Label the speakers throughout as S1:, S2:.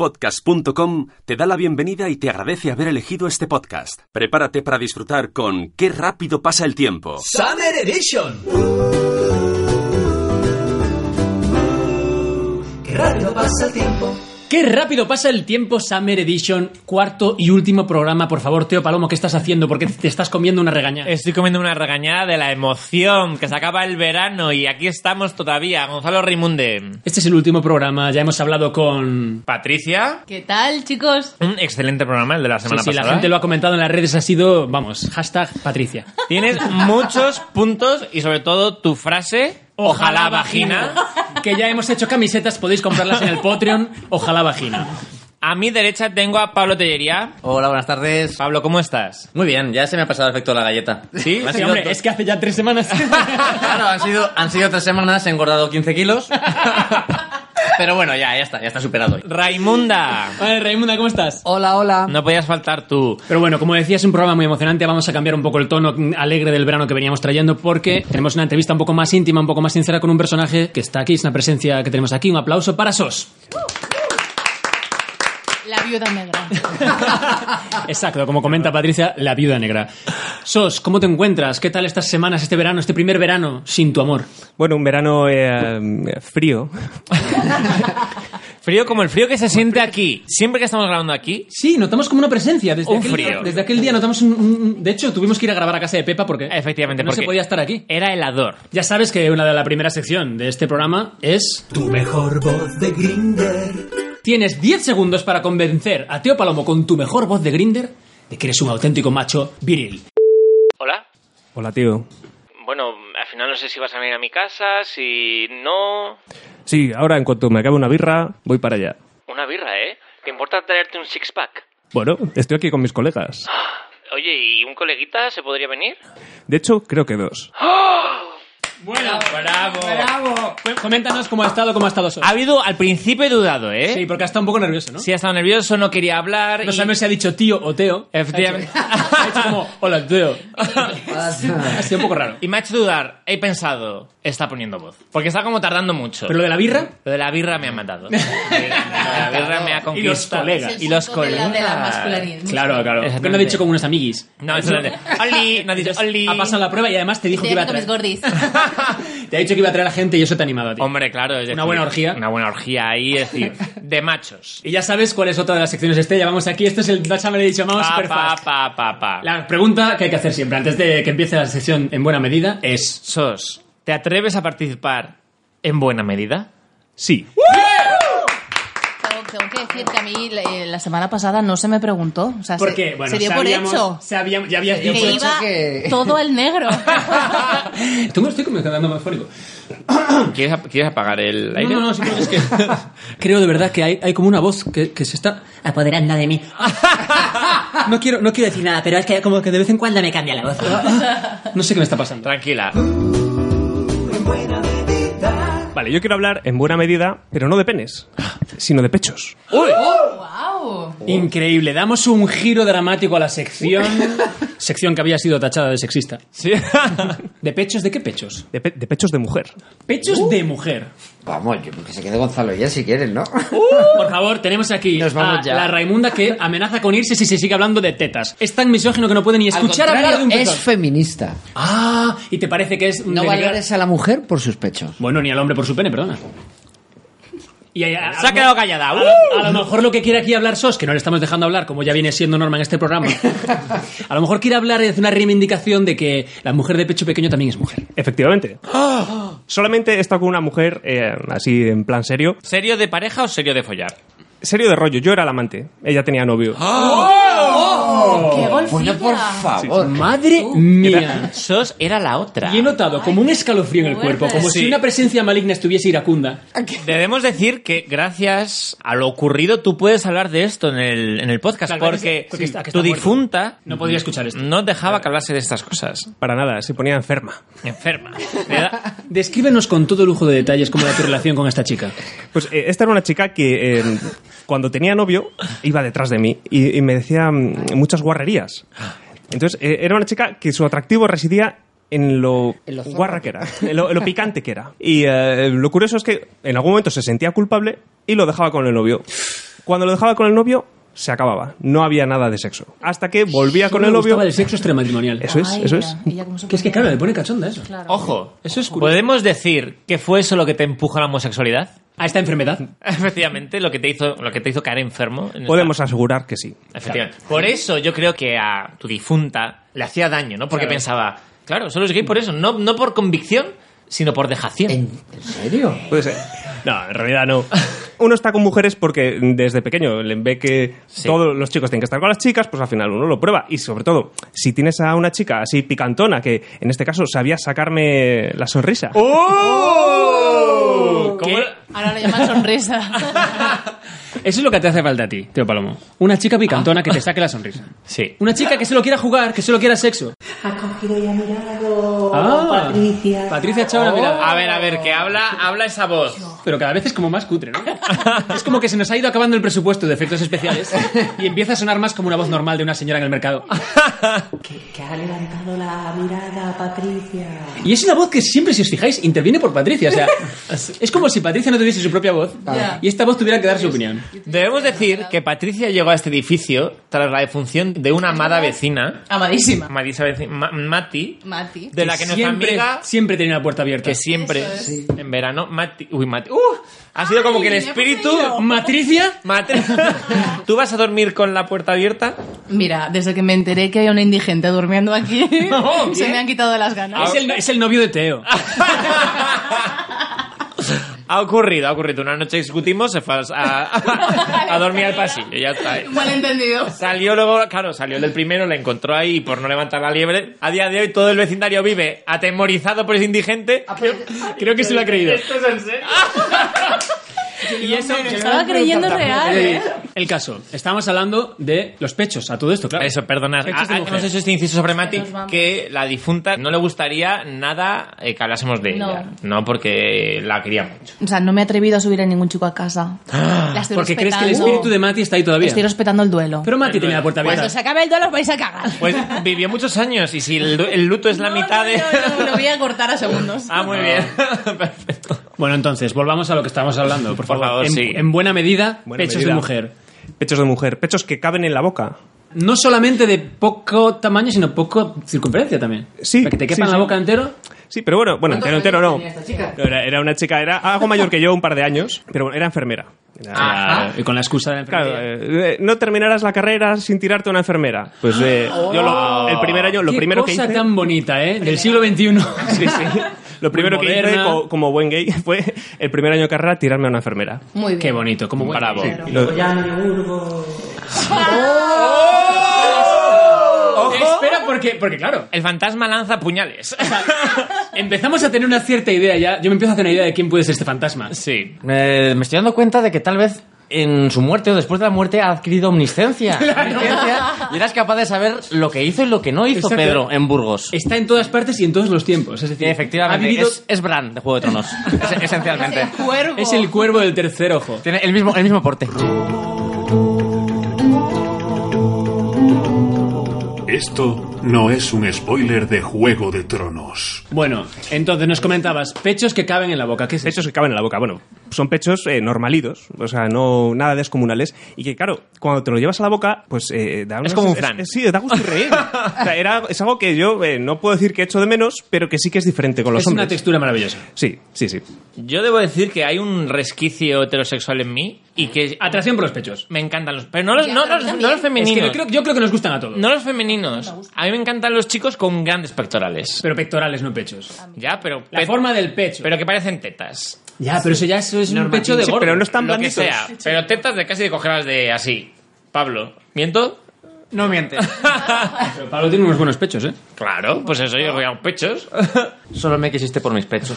S1: Naciónpodcast.com te da la bienvenida y te agradece haber elegido este podcast. Prepárate para disfrutar con Qué rápido pasa el tiempo.
S2: Summer Edition. Qué rápido pasa el tiempo.
S3: Qué rápido pasa el tiempo, Summer Edition, cuarto y último programa. Por favor, Teo Palomo, ¿qué estás haciendo? Porque te estás comiendo una regaña.
S4: Estoy comiendo una regañada de la emoción, que se acaba el verano y aquí estamos todavía. Gonzalo Raimunde.
S3: Este es el último programa, ya hemos hablado con...
S4: Patricia.
S5: ¿Qué tal, chicos?
S4: Un excelente programa el de la
S3: Sí,
S4: semana
S3: sí, la
S4: pasada.
S3: gente lo ha comentado en las redes, ha sido, vamos, hashtag Patricia.
S4: Tienes muchos puntos y sobre todo tu frase, ojalá vagina.
S3: Que ya hemos hecho camisetas, podéis comprarlas en el Patreon, ojalá vagina.
S4: A mi derecha tengo a Pablo Tellería.
S6: Hola, buenas tardes.
S4: Pablo, ¿cómo estás?
S6: Muy bien, ya se me ha pasado el efecto de la galleta.
S4: Sí,
S6: Me ha
S3: Sí,
S6: sido
S3: hombre,
S6: do-
S3: es que hace ya tres semanas.
S6: Claro, han sido, han sido tres semanas, he engordado 15 kilos. Pero bueno, ya, ya está, ya está superado.
S4: Raimunda.
S3: Vale, Raimunda, ¿cómo estás?
S6: Hola, hola.
S4: No podías faltar tú.
S3: Pero bueno, como decía, es un programa muy emocionante. Vamos a cambiar un poco el tono alegre del verano que veníamos trayendo porque tenemos una entrevista un poco más íntima, un poco más sincera con un personaje que está aquí. Es una presencia que tenemos aquí. Un aplauso para SOS.
S5: La viuda negra.
S3: Exacto, como comenta Patricia, la viuda negra. SOS, ¿cómo te encuentras? ¿Qué tal estas semanas, este verano, este primer verano sin tu amor?
S7: Bueno, un verano eh, frío.
S4: Frío como el frío que se siente aquí. Siempre que estamos grabando aquí,
S3: Sí, notamos como una presencia. Desde
S4: Un
S3: aquel
S4: frío.
S3: Día, desde aquel día notamos un, un- De hecho, tuvimos que ir a grabar a casa de Pepa porque.
S4: Efectivamente,
S3: no se
S4: porque-
S3: podía estar aquí.
S4: era helador.
S3: Ya sabes que una de la primera sección de este programa es
S2: Tu mejor voz de Grinder.
S3: Tienes 10 segundos para convencer a Teo Palomo con tu mejor voz de Grinder de que eres un auténtico macho viril.
S4: Hola.
S7: Hola, tío.
S4: Bueno, al final no sé si vas a venir a mi casa, si no...
S7: Sí, ahora en cuanto me acabe una birra, voy para allá.
S4: Una birra, ¿eh? ¿Te importa traerte un six-pack?
S7: Bueno, estoy aquí con mis colegas.
S4: Oye, ¿y un coleguita se podría venir?
S7: De hecho, creo que dos.
S3: Bueno,
S4: ¡Bravo!
S3: bravo. Coméntanos cómo ha estado, cómo ha estado Sol.
S4: Ha habido al principio he dudado, ¿eh?
S3: Sí, porque ha estado un poco nervioso, ¿no?
S4: Sí, ha estado nervioso, no quería hablar.
S3: No
S4: y-
S3: sabemos si ha dicho tío o Teo.
S4: Eh. Efectivamente.
S3: Ha hecho como, hola, Teo. Ha sido un poco raro.
S4: Y me ha hecho dudar. He pensado, está poniendo voz. Porque está como tardando mucho.
S3: Pero lo de la birra,
S4: Lo de la birra me ha matado. Lo de la birra me ha conquistado.
S3: Y los colegas.
S5: Es el
S4: Y los
S5: punto de la-
S4: colegas.
S5: De la, masculinidad.
S3: Claro, claro.
S4: Exactamente.
S3: Porque no ha dicho como unos amiguis.
S4: No, eso no. Oli, no ha dicho Oli.
S3: Ha pasado la prueba y además te dijo que iba
S5: Estoy aquí
S3: a
S5: con mis
S3: traer.
S5: gordis.
S3: Te ha dicho que iba a traer a la gente y eso te ha animado a ti.
S4: Hombre, claro. es
S3: Una
S4: decir,
S3: buena orgía.
S4: Una buena orgía ahí, es decir, de machos.
S3: Y ya sabes cuál es otra de las secciones este. Ya vamos aquí. Este es el Dacha me he dicho, vamos
S4: Pa,
S3: super
S4: pa, pa, pa, pa.
S3: La pregunta que hay que hacer siempre antes de que empiece la sección en buena medida es
S4: Sos, ¿te atreves a participar en buena medida?
S7: Sí.
S5: tengo, tengo que decir que a mí eh, la semana pasada no se me preguntó. O sea, se-
S3: porque bueno,
S5: se dio por
S3: sabíamos-
S5: hecho
S3: sabíamos- ya habías
S5: que
S3: dio por hecho.
S5: iba
S6: que-
S5: todo al negro.
S3: Tú me lo estoy como quedando más fónico.
S4: ¿Quieres, ap- quieres apagar el
S3: No,
S4: aire?
S3: no, no, simplemente es que creo de verdad que hay, hay como una voz que, que se está
S8: apoderando de mí.
S3: no quiero no quiero decir nada,
S8: Pero es que como que de vez en cuando me cambia la voz.
S3: no sé qué me está pasando.
S4: Tranquila.
S7: Vale, yo quiero hablar en buena medida, pero no de penes, sino de pechos.
S5: wow.
S3: Increíble, damos un giro dramático a la sección, sección que había sido tachada de sexista.
S7: Sí.
S3: ¿De pechos de qué pechos?
S7: De, pe- de pechos de mujer.
S3: Pechos de mujer.
S9: Uh. Vamos, yo, que se quede Gonzalo ya si quieren, ¿no?
S3: Uh. Por favor, tenemos aquí
S6: Nos vamos
S3: a
S6: ya.
S3: la Raimunda que amenaza con irse si se sigue hablando de tetas. Es tan misógino que no puede ni
S9: Al
S3: escuchar hablar
S9: contrario,
S3: de un pezón.
S9: es feminista.
S3: ah, y te parece que es
S9: No
S3: denigrar-
S9: valores a la mujer por sus pechos.
S3: Bueno, ni al hombre por su pene, perdona. Y a- a-
S4: Se ha quedado callada. Uh.
S3: a, lo- a lo mejor lo que quiere aquí hablar Sos, que no le estamos dejando hablar, como ya viene siendo norma en este programa, a lo mejor quiere hablar de una reivindicación de que la mujer de pecho pequeño también es mujer.
S7: Efectivamente. Solamente he estado con una mujer eh, así en plan serio.
S4: ¿Serio de pareja o serio de follar?
S7: Serio de rollo, yo era el amante. Ella tenía novio.
S5: Oh, ¡Qué golfilla!
S9: Bueno, por favor.
S3: Madre mía.
S4: Sos era la otra.
S3: Y he notado como un escalofrío en el
S5: Qué
S3: cuerpo,
S5: fuerte.
S3: como si
S4: Sí.
S3: una presencia maligna estuviese iracunda.
S4: Debemos decir que gracias a lo ocurrido tú puedes hablar de esto en el, en el podcast
S3: Claro,
S4: porque
S3: porque está- que está
S4: tu
S3: muerto.
S4: difunta
S3: No podría escuchar esto.
S4: no dejaba que hablase de estas cosas.
S7: Para nada, se ponía enferma.
S4: Enferma. De edad-
S3: Descríbenos con todo lujo de detalles cómo era tu relación con esta chica.
S7: Pues eh, esta era una chica que eh, cuando tenía novio iba detrás de mí y, y me decía mm, muchas guarrerías. Entonces eh, era una chica que su atractivo residía en lo,
S9: En lo zorro.
S7: guarra que era, en lo, en lo picante que era. Y eh, lo curioso es que en algún momento se sentía culpable y lo dejaba con el novio. Cuando lo dejaba con el novio, se acababa. No había nada de sexo. Hasta que volvía con el novio.
S3: el sexo extramatrimonial.
S7: Eso es,
S5: Ay,
S7: eso
S5: ella,
S7: es.
S5: ella cómo se
S3: Que es que,
S5: ponía.
S3: claro, le pone cachonda eso.
S5: Claro.
S4: Ojo,
S3: Eso es curioso.
S4: ¿podemos decir que fue eso lo que te empujó a la homosexualidad?
S3: A esta enfermedad.
S4: Efectivamente, lo que te hizo, lo que te hizo caer enfermo. en esta-
S7: Podemos asegurar que sí.
S4: Efectivamente. Por eso yo creo que a tu difunta le hacía daño, ¿no? Porque pensaba, claro, solo es gay por eso, no, no por convicción, sino por dejación.
S9: ¿En, en serio?
S7: Puede ser.
S4: No, en realidad no.
S7: Uno está con mujeres porque desde pequeño le ve que todos los chicos tienen que estar con las chicas, pues al final uno lo prueba. Y sobre todo, si tienes a una chica así picantona, que en este caso sabía sacarme la sonrisa.
S9: ¡Oh!
S4: ¿Cómo?
S5: Ahora le llaman sonrisa.
S3: Eso es lo que te hace falta a ti, tío Palomo. Una chica picantona que te saque la sonrisa.
S4: Sí.
S3: Una chica que solo quiera jugar, que solo quiera sexo.
S8: Ha cogido y ha mirado
S3: Ah.
S8: Patricia.
S3: Patricia ha echado la mirada.
S4: Oh, A ver, a ver, que habla, habla esa voz.
S3: Pero cada vez es como más cutre, ¿no? Es como que se nos ha ido acabando el presupuesto de efectos especiales y empieza a sonar más como una voz normal de una señora en el mercado.
S8: Que, que ha levantado la mirada Patricia.
S3: Y es una voz que siempre, si os fijáis, interviene por Patricia. O sea, es como si Patricia no tuviese su propia voz
S4: Ah.
S5: Ya.
S3: y esta voz tuviera que dar su opinión.
S4: Debemos decir que Patricia llegó a este edificio tras la defunción de una amada vecina,
S5: Amadísima.
S4: Marisa veci- Ma- Mati,
S5: Mati.
S4: de la que nuestra
S3: siempre,
S4: amiga
S3: siempre tenía la puerta abierta.
S4: que siempre
S5: Eso es.
S4: Sí. en verano Mati, uy Mati, ¡uh! ha sido como
S5: Ay,
S4: que el
S5: me he
S4: espíritu
S5: poseído.
S3: ¿Matricia?
S4: Mati, ¿tú vas a dormir con la puerta abierta?
S5: Mira, desde que me enteré que hay una indigente durmiendo aquí,
S4: No,
S5: se
S4: bien.
S5: me han quitado las ganas.
S3: Es
S4: Ah.
S3: el, es el novio de Teo.
S4: Ha ocurrido, ha ocurrido. Una noche discutimos, se fue a, a- a dormir al pasillo, ya está. eh.
S5: Un malentendido.
S4: Salió luego, claro, salió el del primero, la encontró ahí y por no levantar la liebre. A día de hoy todo el vecindario vive atemorizado por ese indigente.
S3: Creo que se lo ha creído.
S4: es en serio?
S3: Y eso,
S5: Estaba creyendo
S4: Ah,
S5: real, ¿eh?
S3: El caso, estábamos hablando de los pechos, a todo esto, claro.
S4: Eso, perdonad.
S3: Hechos de
S4: Ah, ah,
S3: mujer.
S4: Hemos hecho este inciso sobre Mati
S5: Nos vamos.
S4: que la difunta no le gustaría nada eh, que hablásemos de
S5: No.
S4: ella. No, porque la quería mucho.
S5: O sea, no me he atrevido a subir a ningún chico a casa. La estoy
S3: Ah, Porque crees que el
S5: respetando.
S3: espíritu de Mati está ahí todavía.
S5: Estoy respetando el duelo.
S3: Pero Mati tenía la puerta abierta.
S5: Cuando se acabe el duelo os vais a cagar.
S4: Pues vivió muchos años y si el, du- el luto es la
S5: No,
S4: mitad
S5: no,
S4: de.
S5: no, no, lo voy a cortar a segundos.
S4: Ah, muy bien. Perfecto.
S3: Bueno, entonces, volvamos a lo que estábamos hablando, por
S4: Por
S3: favor.
S4: favor,
S3: en,
S4: sí.
S3: en buena medida,
S7: Buena
S3: pechos
S7: medida.
S3: de mujer.
S7: Pechos de mujer, pechos que caben en la boca.
S3: No solamente de poco tamaño, sino poco circunferencia también.
S7: Sí,
S3: Para que te
S7: sí,
S3: quepan la
S7: sí.
S3: boca entero.
S7: Sí, pero bueno, bueno, entero, entero no.
S9: Esta chica.
S7: No, Era, era una chica, era algo mayor que yo, un par de años, pero bueno, era enfermera. Era-
S3: Claro, Y con la excusa de
S9: Ah,
S3: la
S7: Claro,
S3: enfermería.
S7: eh, eh, no terminarás la carrera sin tirarte a una enfermera. Pues eh, yo
S9: Oh.
S7: lo- el primer año, lo
S3: Qué
S7: primero que
S3: cosa
S7: hice.
S3: tan bonita, ¿eh? Del siglo XXI.
S7: Sí, sí. Lo
S3: Muy
S7: primero que hice
S3: moderna.
S7: co- como buen gay fue el primer año de carrera tirarme a una enfermera.
S5: Muy bien.
S3: Qué bonito, como buen-
S4: Bravo.
S3: Sí.
S7: Lo-
S3: ¡Oh! Espera, porque, porque claro,
S4: El fantasma lanza puñales.
S3: empezamos a tener una cierta idea ya. Yo me empiezo a hacer una idea de quién puede ser este fantasma.
S4: sí.
S6: Eh, me estoy dando cuenta de que tal vez en su muerte o después de la muerte ha adquirido omnisciencia. Omnisciencia, y eras capaz de saber lo que hizo y lo que no hizo
S3: Exacto.
S6: Pedro en Burgos.
S3: Está en todas partes y en todos los tiempos. Es decir,
S6: Efectivamente,
S3: ha vivido-
S6: es, es Bran de Juego de Tronos, es- esencialmente.
S5: Es el cuervo.
S3: es el cuervo del tercer ojo.
S6: Tiene el mismo, el mismo porte.
S10: Esto no es un spoiler de Juego de Tronos.
S3: Bueno, entonces nos comentabas, pechos que caben en la boca, ¿qué es eso?
S7: Pechos que caben en la boca. Bueno, son pechos eh, normalidos, o sea, no nada descomunales. Y que, claro, cuando te lo llevas a la boca, pues eh, da una-
S4: Es como un flan.
S7: sí, da gusto reír. O sea, era, es algo que yo eh, no puedo decir que echo de menos, pero que sí que es diferente con los
S3: Es una
S7: hombres.
S3: textura maravillosa.
S7: sí, sí, sí.
S4: Yo debo decir que hay un resquicio heterosexual en mí y que
S3: Atracción por los pechos.
S4: me encantan los. Pero no los,
S5: Ya,
S4: no
S5: pero
S4: los,
S5: también.
S4: no los
S3: Es que
S4: femeninos.
S3: yo creo, yo creo que nos gustan a todos.
S4: No los femeninos. A mí me encantan los chicos con grandes pectorales.
S3: Pero pectorales, no pechos.
S5: Ah.
S4: Ya, pero.
S3: La
S4: pe-
S3: forma del pecho.
S4: Pero que parecen tetas.
S3: ya, pero eso ya eso es un pecho de
S7: Sí,
S3: gordo.
S7: pero no están
S4: Lo que
S7: blanditos.
S4: sea. Pero tetas de casi de cogerlas de así. Pablo, ¿miento?
S6: No mientes.
S3: Pero Pablo tiene unos buenos pechos, ¿eh?
S4: Claro, pues eso, yo voy a pechos.
S6: Solo me quisiste por mis pechos.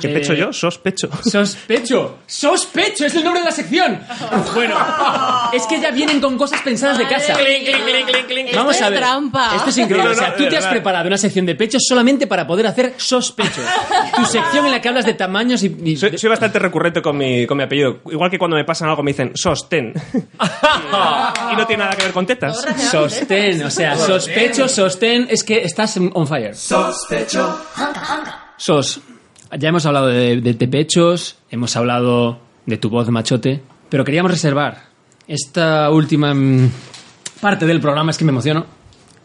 S7: ¿Qué pecho
S3: Eh,
S7: yo? Sospecho.
S3: ¡Sospecho! ¡Sospecho! ¡Es el nombre de la sección! Bueno, es que ya vienen con cosas pensadas de casa.
S4: Clink, clink, clink, clink, clink.
S5: Esto
S3: Vamos
S5: es
S3: a ver.
S5: trampa.
S3: Esto es increíble.
S7: No, no,
S3: o sea,
S7: no,
S3: tú
S7: de
S3: te has
S7: verdad.
S3: preparado una sección de pechos solamente para poder hacer sospecho. tu sección en la que hablas de tamaños y. y-
S7: Soy, soy bastante recurrente con mi, con mi apellido. Igual que cuando me pasan algo me dicen sostén. y no tiene nada que ver con tetas.
S5: ¿eh?
S3: Sostén, o sea, sospecho, sostén, es que estás on fire.
S2: Sospecho.
S3: Sos, ya hemos hablado de, de, de pechos, hemos hablado de tu voz machote, Pero queríamos reservar esta última mm, parte del programa, es que me emociono.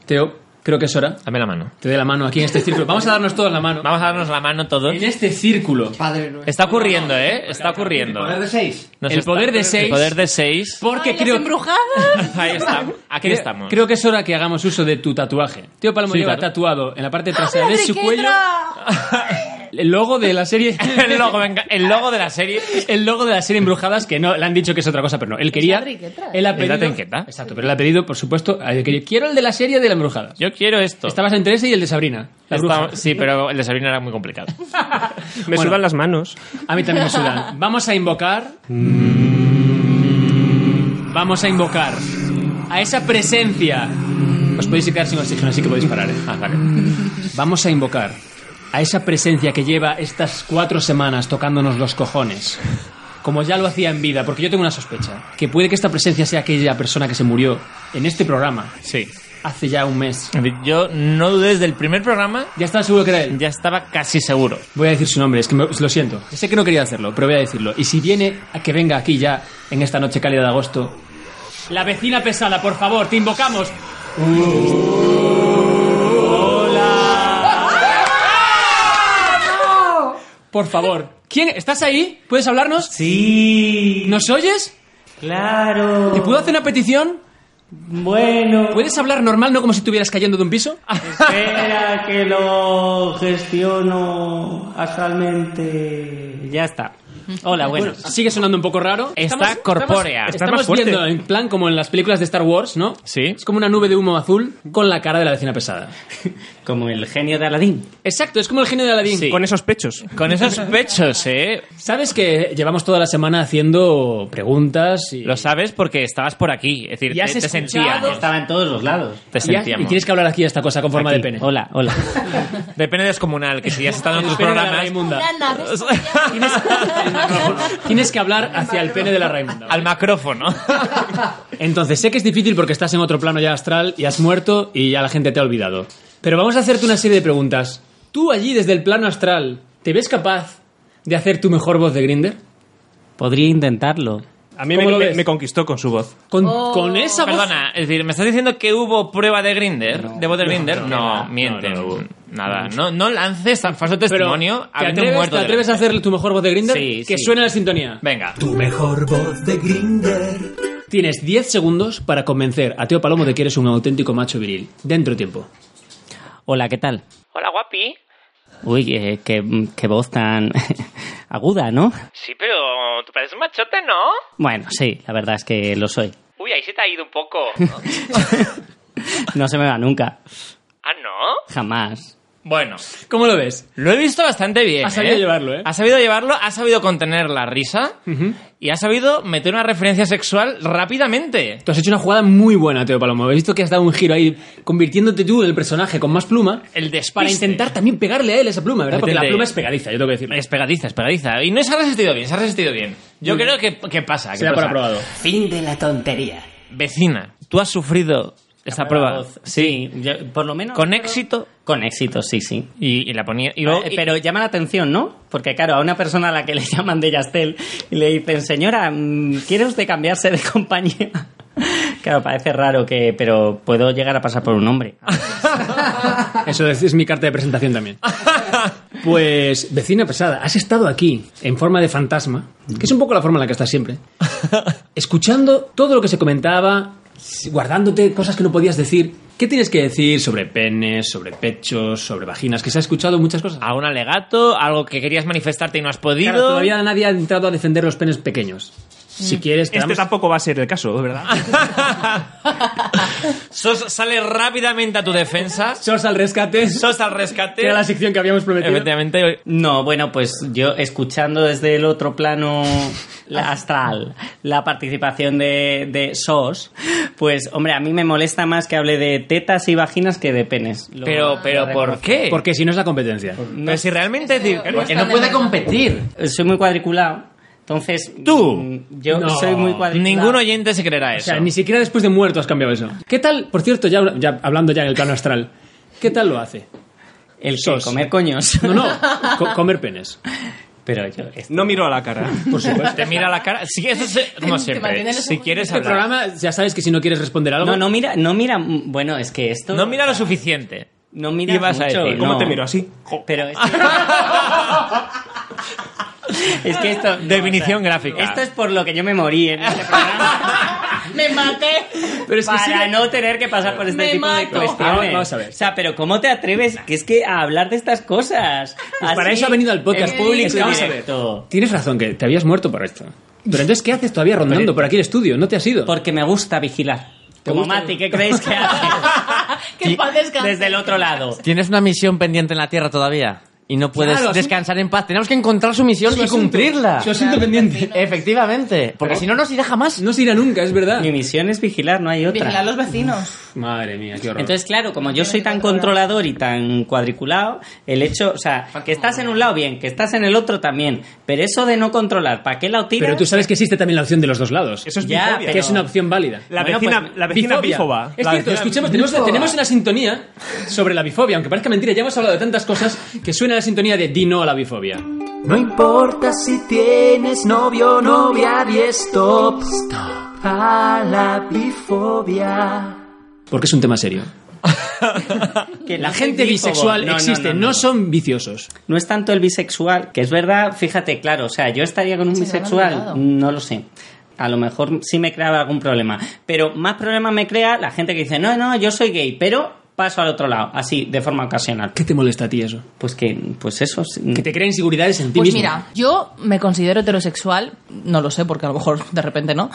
S3: Teo, creo que es hora.
S4: Dame la mano.
S3: Te doy la mano aquí en este círculo. Vamos a darnos todos la mano.
S4: Vamos a darnos la mano todos.
S3: En este círculo.
S9: Padre nuestro.
S4: Está ocurriendo, ¿eh? Está ocurriendo.
S9: Poder de seis.
S4: Nos
S3: El
S4: está-
S3: poder de seis.
S4: El poder de seis.
S3: Porque
S5: Ay, las
S3: creo.
S5: embrujadas.
S4: Ahí estamos. Aquí
S3: creo-
S4: estamos.
S3: Creo que es hora que hagamos uso de tu tatuaje. Tío Palmo
S4: Sí,
S3: lleva
S4: claro.
S3: tatuado en la parte trasera
S5: ¡Habla
S3: de
S5: de
S3: su cuello
S5: Kendra!
S3: el logo de la serie.
S4: el, logo, venga, el logo de la serie.
S3: el logo de la serie Embrujadas, que no le han dicho que es otra cosa, pero no. Él quería.
S5: la triqueta.
S3: Él ha
S4: Es la
S3: pedido.
S4: triqueta.
S3: Exacto, pero él ha pedido, por supuesto, a- que yo quiero el de la serie de las Embrujadas.
S4: Yo quiero esto.
S3: Estabas entre ese y el de Sabrina. La
S4: Estaba-
S3: bruja.
S4: sí, pero el de Sabrina era muy complicado.
S7: Me
S3: Bueno.
S7: sudan las manos.
S3: A mí también me sudan. Vamos a invocar. Vamos a invocar a esa presencia. Os podéis quedar sin oxígeno, así que podéis parar. ¿eh? Ah, vale. Vamos a invocar a esa presencia que lleva estas cuatro semanas tocándonos los cojones. Como ya lo hacía en vida, porque yo tengo una sospecha. Que puede que esta presencia sea aquella persona que se murió en este programa
S4: Sí.
S3: hace ya un mes.
S4: Yo no dudé desde el primer programa,
S3: Ya estás seguro que era él.
S4: ya estaba casi seguro.
S3: Voy a decir su nombre, es que me- lo siento. Sé que no quería hacerlo, pero voy a decirlo. Y si viene a que venga aquí ya, en esta noche cálida de agosto. La vecina pesada, por favor, te invocamos. Por favor. ¿Quién? ¿Estás ahí? ¿Puedes hablarnos?
S8: Sí.
S3: ¿Nos oyes?
S8: Claro.
S3: ¿Te puedo hacer una petición?
S8: Bueno.
S3: ¿Puedes hablar normal, no como si estuvieras cayendo de un piso?
S8: Espera que lo gestiono astralmente. Ya está. Hola, buenas.
S3: Sigue sonando un poco raro.
S4: Está corpórea.
S3: Estamos,
S7: Está más fuerte.
S3: viendo en plan como en las películas de Star Wars, ¿no?
S4: Sí.
S3: Es como una nube de humo azul con la cara de la vecina pesada.
S8: Como el genio de Aladín.
S3: Exacto, es como el genio de Aladdin.
S4: Sí.
S7: Con esos pechos.
S4: Con esos pechos, ¿eh?
S3: Sabes que llevamos toda la semana haciendo preguntas y
S4: Lo sabes porque estabas por aquí. Es decir,
S3: Y has
S4: te, te
S3: escuchado-
S4: sentíamos.
S8: Estaba en todos los lados.
S4: Te
S3: y, has- y
S4: sentíamos.
S3: tienes que hablar aquí de esta cosa con forma
S8: Aquí.
S3: de pene.
S8: Hola, hola.
S4: De pene descomunal, que si ya has estado en
S3: El
S4: otros
S3: pene de la
S4: programas...
S3: Raimunda.
S5: Una nave espacial.
S3: Tienes que hablar hacia el pene de la Raimunda.
S4: Al macrófono.
S3: Entonces, sé que es difícil porque estás en otro plano ya astral y has muerto y ya la gente te ha olvidado. Pero vamos a hacerte una serie de preguntas. ¿Tú allí desde el plano astral te ves capaz de hacer tu mejor voz de Grinder?
S8: Podría intentarlo.
S7: A mí
S3: ¿Cómo
S7: me,
S3: lo
S7: me-
S3: ves?
S7: me conquistó con su voz.
S3: Con,
S5: Oh.
S3: con esa voz.
S4: Perdona, es decir, ¿me estás diciendo que hubo prueba de Grinder? ¿De voz de Grinder? No, miente.
S3: no, no hubo.
S4: Nada, no, no lances tan falso
S3: Pero,
S4: testimonio
S3: ¿te
S4: habiendo
S3: atreves,
S4: muerto
S3: te
S4: de
S3: atreves a
S4: Grindr.
S3: hacer tu mejor voz de Grinder?
S4: Sí,
S3: que
S4: sí.
S3: suene la sintonía.
S4: Venga.
S2: Tu mejor voz de Grinder.
S3: Tienes 10 segundos para convencer a Teo Palomo de que eres un auténtico macho viril. Dentro tiempo.
S8: Hola, ¿qué tal?
S4: Hola, guapi.
S8: Uy, eh, qué, qué voz tan aguda, ¿no?
S4: Sí, pero tú pareces un machote, ¿no?
S8: Bueno, sí, la verdad es que lo soy.
S4: Uy, ahí se te ha ido un poco.
S8: No se me va nunca.
S4: ah, ¿no?
S8: Jamás.
S4: Bueno,
S3: ¿Ccómo lo ves?
S4: lo he visto bastante bien.
S3: Ha sabido
S4: ¿eh?
S3: llevarlo, ¿eh?
S4: Ha sabido llevarlo, ha sabido contener la risa y ha sabido meter una referencia sexual rápidamente.
S3: Tú has hecho una jugada muy buena, Teo Palomo. He visto que has dado un giro ahí, convirtiéndote tú en el personaje con más pluma.
S4: El despiste.
S3: Para intentar también pegarle a él esa pluma, ¿verdad? Porque la
S4: Detente.
S3: pluma es pegadiza, yo tengo que decirlo.
S4: Es pegadiza, es pegadiza. Y no se ha resistido bien, se ha resistido bien. Yo creo que, que pasa. que
S3: Mm. Se da por
S4: pasa.
S3: aprobado.
S8: Fin de la tontería.
S4: Vecina, tú has sufrido esta prueba.
S8: Sí, yo- por lo menos.
S4: Con
S8: pero-
S4: éxito.
S8: Con éxito, sí, sí.
S4: Y, y la ponía. Y luego-
S8: Eh, Pero llama la atención, ¿no? Porque, claro, a una persona a la que le llaman de Yastel y le dicen, señora, mm, ¿quiere usted cambiarse de compañía? Claro, parece raro que. Pero puedo llegar a pasar por un hombre.
S3: Eso es, es mi carta de presentación también. Pues, vecina pesada, has estado aquí en forma de fantasma, que es un poco la forma en la que estás siempre, escuchando todo lo que se comentaba, guardándote cosas que no podías decir. ¿Qué tienes que decir sobre penes, sobre pechos, sobre vaginas? Que se ha escuchado muchas cosas.
S4: a un alegato, algo que querías manifestarte y no has podido.
S3: Claro, todavía nadie ha entrado a defender los penes pequeños.
S6: Mm.
S3: Si quieres, te
S7: Este
S3: damos-
S7: tampoco va a ser el caso, ¿verdad?
S4: Sos sale rápidamente a tu defensa.
S3: Sos al rescate.
S4: Sos al rescate.
S3: Era la sección que habíamos prometido.
S4: Efectivamente,
S8: No, bueno, pues yo escuchando desde el otro plano la astral la participación de, de SOS, pues hombre, a mí me molesta más que hable de tetas y vaginas que de penes. Lo-
S4: pero, pero ¿por qué?
S3: Porque si no es la competencia.
S4: Pero si realmente es decir,
S5: Porque
S6: no puede competir.
S8: soy muy cuadriculado, entonces...
S4: Tú.
S8: mm, Yo
S3: No.
S8: soy muy cuadriculado.
S4: ningún oyente se creerá
S3: O
S4: eso.
S3: sea, ni siquiera después de muerto has cambiado eso. ¿Qué tal, por cierto, ya, ya hablando ya en el plano astral, qué tal lo hace?
S8: El que
S3: SOS.
S8: comer coños.
S3: No, no, co- comer penes. Este
S8: Pero yo...
S7: No miro a la cara.
S3: Por supuesto.
S4: Te mira la cara. Sí, eso es eh, como
S5: Te
S4: siempre.
S5: mantiene los
S4: Si
S5: ojos
S4: quieres
S3: Este
S4: hablar.
S3: programa, ya sabes que si no quieres responder algo.
S8: No, no mira, no mira... Bueno, es que esto...
S4: No mira lo suficiente.
S8: No miras
S4: Y vas a
S8: mucho,
S4: decir,
S7: ¿Cómo
S8: no.
S7: te miro? ¿Así?
S8: Pero es que... Es que esto...
S4: Definición gráfica.
S8: Esto es por lo que yo me morí en este programa.
S5: Me maté.
S3: Pero es que
S8: para
S3: sí-
S8: no tener que pasar por este
S5: Me
S8: tipo
S5: mato.
S8: de cuestiones.
S3: Vamos- vamos a ver.
S8: O sea, pero ¿cómo te atreves que es que a hablar de estas cosas?
S3: Pues para
S8: Así,
S3: eso ha venido al podcast.
S8: en público
S3: Es que vamos a ver.
S8: directo.
S3: Tienes razón, que te habías muerto por esto. Pero entonces, ¿qué haces todavía rondando por aquí el estudio? No te has ido.
S8: Porque me gusta vigilar.
S3: ¿Te
S8: Como
S3: gusta?
S8: Mati, ¿qué creéis que hace?
S5: Que en paz descanse.
S8: Desde el otro lado.
S6: Tienes una misión pendiente en la Tierra todavía y no puedes
S3: Claro, es un-
S6: descansar en paz. Tenemos que encontrar su misión
S3: Su
S6: y
S3: asunto.
S6: cumplirla.
S3: Su asunto pendiente.
S6: Efectivamente, porque si no nos irá jamás.
S3: No se irá nunca, es verdad.
S8: Mi misión es vigilar, no hay otra.
S5: Vigilar a los vecinos.
S3: Madre mía, qué horror.
S8: Entonces, claro, como yo soy tan controlador y tan cuadriculado, el hecho, o sea, que estás en un lado bien, que estás en el otro también, pero eso de no controlar, ¿para qué lado tiras?
S3: pero tú sabes que existe también la opción de los dos lados.
S7: Eso es
S8: Ya,
S7: bifobia.
S8: pero-
S3: que es una opción válida.
S7: La
S8: Bueno,
S7: vecina,
S8: pues,
S7: la vecina bífoba.
S3: Es
S7: La
S3: cierto,
S7: vecina-
S3: escuchemos, tenemos, tenemos una sintonía sobre la bifobia, aunque parezca mentira, ya hemos hablado de tantas cosas que suena la sintonía de Dino a la bifobia.
S2: No importa si tienes novio, novia, y stop, a la bifobia.
S3: Porque es un tema serio.
S8: Que
S3: La
S8: no
S3: gente
S8: soy bífobo.
S3: bisexual
S8: No, no,
S3: existe, no,
S8: no, no.
S3: son viciosos.
S8: No es tanto el bisexual, que es verdad, fíjate, claro, o sea, yo estaría con un
S5: Sí, me lo han
S8: bisexual,
S5: negado.
S8: no lo sé. A lo mejor sí me creaba algún problema, pero más problema me crea la gente que dice, no, no, yo soy gay, pero paso al otro lado, así, de forma ocasional.
S3: ¿Qué te molesta a ti eso?
S8: Pues que, pues eso, sí.
S3: Que te crea inseguridades en ti
S5: Pues
S3: mismo.
S5: mira, yo me considero heterosexual, no lo sé porque a lo mejor de repente no,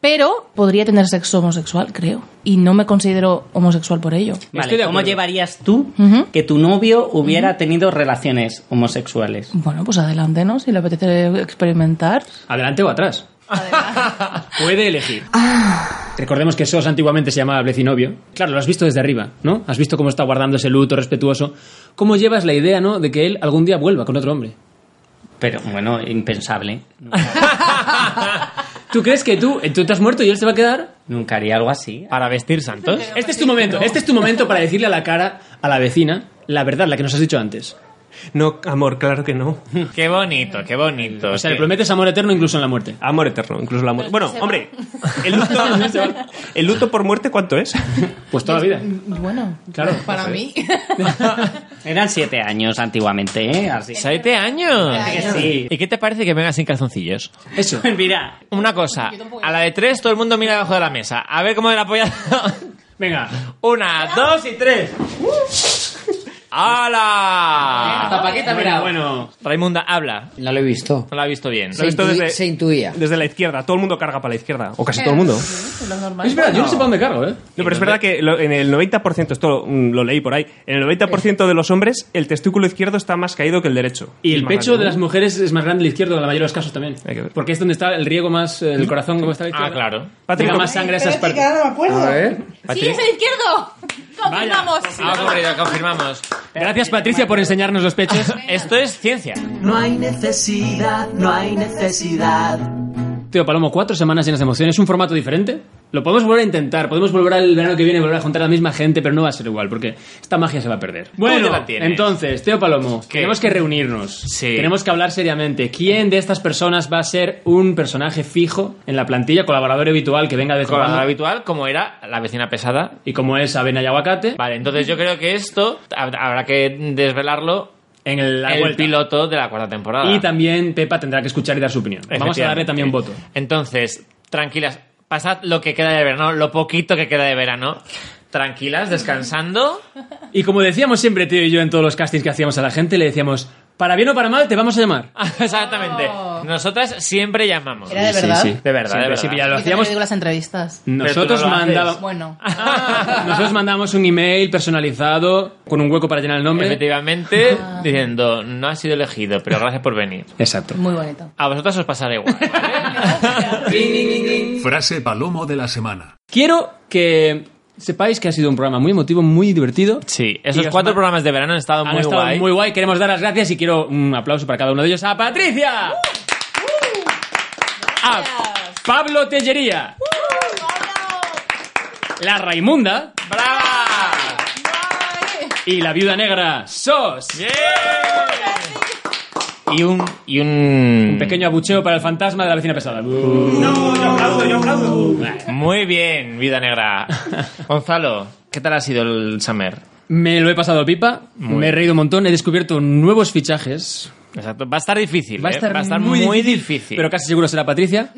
S5: pero podría tener sexo homosexual, creo, y no me considero homosexual por ello.
S8: Vale,
S3: Estoy de
S8: ¿cómo
S3: acuerdo.
S8: llevarías tú
S5: Ujú.
S8: que tu novio hubiera tenido relaciones homosexuales?
S5: Bueno, pues adelante, ¿no? Si le apetece experimentar.
S3: ¿Adelante o atrás? Puede elegir. Recordemos que SOS antiguamente se llamaba Blecinovio. Claro, lo has visto desde arriba, ¿no? Has visto cómo está guardando ese luto respetuoso. ¿Cómo llevas la idea, ¿no? De que él algún día vuelva con otro hombre.
S8: Pero bueno, impensable.
S3: ¿Tú crees que tú, eh, tú te has muerto y él se va a quedar?
S8: Nunca haría algo así.
S4: Para vestir santos.
S3: Este es tu momento, este es tu momento para decirle a la cara a la vecina la verdad, la que nos has dicho antes.
S7: No, amor, claro que no.
S4: Qué bonito, qué bonito.
S3: O sea, le
S4: Que-
S3: prometes amor eterno incluso en la muerte. Ah,
S7: Amor eterno, incluso la muerte. Bueno, hombre, el luto, el luto por muerte, ¿cuánto es?
S3: Pues toda la vida.
S5: Bueno, pues
S3: Claro,
S5: para
S3: joder.
S5: mí.
S8: Eran siete años antiguamente, ¿eh? Así.
S4: ¡Siete años!
S5: Siete
S8: años. Sí.
S4: ¿Y qué te parece que venga sin calzoncillos?
S3: Eso.
S8: Mira,
S4: Una cosa, a la de tres todo el mundo mira debajo de la mesa. A ver cómo me la apoya.
S3: Venga.
S4: Una, dos y tres. ¡Hala!
S9: Paqueta,
S3: Bueno, bueno.
S4: Raimunda, habla.
S9: No lo he visto.
S4: No la ha visto bien.
S7: he
S9: Se,
S7: visto
S9: intui-
S7: desde-
S9: se intuía.
S7: Desde la izquierda, todo el mundo carga para la izquierda, o casi todo el mundo.
S3: Es verdad, yo no sé para dónde cargo, ¿eh?
S7: No, pero es verdad que lo- en el 90%, esto mm, lo leí por ahí, en el 90% de los hombres el testículo izquierdo está más caído que el derecho.
S3: Y
S7: Es
S3: el
S7: más
S3: pecho de
S7: grande,
S3: las
S7: ¿no?
S3: mujeres es más grande el izquierdo en la mayoría de los casos también.
S7: Hay que ver.
S3: Porque es donde está el riego más, eh, el corazón como está a la
S4: Ah,
S3: izquierda.
S4: claro.
S7: Patrick,
S3: Llega
S7: ¿cómo-
S3: más sangre a esas partes.
S9: A ver.
S5: ¡Sí, es el izquierdo! ¡Confirmamos!
S4: Ah, correcto, confirmamos.
S3: Gracias Patricia por enseñarnos los pechos. Eh,
S4: Esto es ciencia.
S2: No hay necesidad, no hay necesidad.
S3: Tío Palomo, cuatro semanas llenas de emociones, un formato diferente. Lo podemos volver a intentar, podemos volver al verano que viene, volver a juntar a la misma gente, pero no va a ser igual, porque esta magia se va a perder. Bueno,
S4: te la tienes?
S3: entonces, Teo Palomo,
S4: ¿Qué?
S3: tenemos que reunirnos.
S4: Sí.
S3: Tenemos que hablar seriamente. ¿Quién de estas personas va a ser un personaje fijo en la plantilla, colaborador habitual que venga de
S4: Con lo
S3: trabajo?
S4: habitual, como era la vecina pesada.
S3: Y como es avena y aguacate,
S4: Vale, entonces yo creo que esto hab- habrá que desvelarlo
S3: en el, la
S4: el
S3: vuelta.
S4: piloto de la cuarta temporada.
S3: Y también Pepa tendrá que escuchar y dar su opinión. Vamos a darle también voto.
S4: Entonces, tranquilas, pasad lo que queda de verano, lo poquito que queda de verano. Tranquilas, descansando.
S3: Y como decíamos siempre, tío y yo, en todos los castings que hacíamos a la gente, le decíamos, para bien o para mal, te vamos a llamar.
S4: Exactamente. Nosotras siempre llamamos.
S5: Era de verdad.
S3: pues Sí, sí.
S4: De verdad,
S3: Siempre,
S4: de verdad.
S3: siempre, ya lo
S5: Y también
S3: hacíamos.
S5: digo las entrevistas.
S3: Nosotros,
S4: Pero tú no lo
S3: mandábamos,
S5: Bueno.
S3: nosotros mandamos un email personalizado con un hueco para llenar el nombre.
S4: Efectivamente, diciendo, no has sido elegido, pero gracias por venir.
S3: Exacto.
S5: Muy bonito.
S4: A vosotras os pasará igual.
S10: Frase palomo de la semana.
S3: Quiero que sepáis que ha sido un programa muy emotivo, muy divertido.
S4: Sí,
S3: Y
S4: esos
S3: os
S4: cuatro
S3: ma-
S4: programas de verano han estado,
S3: Han
S4: muy,
S3: estado
S4: guay.
S3: muy guay. Queremos dar las gracias y quiero un aplauso para cada uno de ellos. ¡A Patricia! ¡A Pablo Tellería! ¡La Raimunda!
S4: ¡Brava!
S3: Y la viuda negra, SOS.
S4: ¡Bien! y un. Y un...
S3: Un pequeño abucheo para el fantasma de la vecina pesada.
S4: Muy bien, vida negra. Gonzalo, ¿qué tal ha sido el Summer?
S3: Me lo he pasado pipa, me he reído un montón, he descubierto nuevos fichajes.
S4: Exacto. Va a estar difícil.
S3: Va a
S4: ¿eh?
S3: estar,
S4: muy,
S3: muy,
S4: difícil.
S3: Pero casi seguro será Patricia.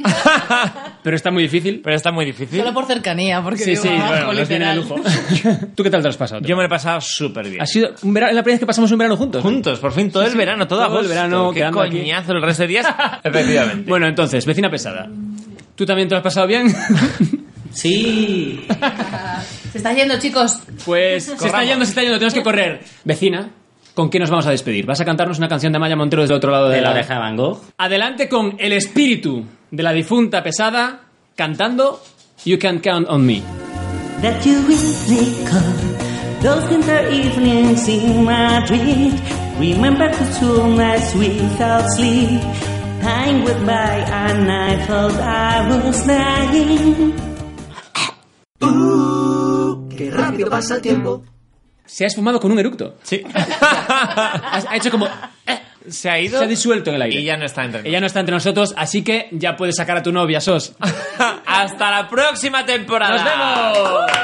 S3: pero está muy difícil.
S4: Pero está muy difícil.
S5: Solo por cercanía, porque
S3: Sí,
S5: digo,
S3: sí,
S5: ah,
S3: bueno,
S5: ojo,
S3: nos viene de
S5: literal.
S3: lujo. ¿Tú qué tal te lo has pasado?
S4: Yo me lo he pasado súper bien.
S3: Ha sido un verano, es la primera vez que pasamos un verano juntos.
S4: Juntos, por fin, todo el verano, todo,
S3: todo el
S4: agosto.
S3: verano
S4: Qué
S3: quedando aquí.
S4: coñazo el resto de días. Efectivamente.
S3: Bueno, entonces, vecina pesada. ¿Tú también te lo has pasado bien?
S8: Sí.
S5: Se está yendo, chicos.
S3: Pues se está yendo, se está yendo, tenemos que correr. Vecina, ¿con qué nos vamos a despedir? Vas a cantarnos una canción de Maya Montero desde el otro lado de,
S8: De la oreja de Van Gogh.
S3: Adelante con el espíritu de la difunta pesada cantando You Can Count on Me.
S2: That you will recall those winter evenings in Madrid. Remember the two nights without sleep. Time went by and I thought I was dying. qué rápido pasa el tiempo.
S3: Se ha esfumado con un eructo.
S4: Sí.
S3: Ha, ha hecho como. eh,
S4: Se ha ido.
S3: se ha disuelto en el aire.
S4: Y ya no está entre
S3: Ella no está entre nosotros, así que ya puedes sacar a tu novia, Sos.
S4: nosotros. Hasta la próxima temporada.
S3: ¡Nos vemos!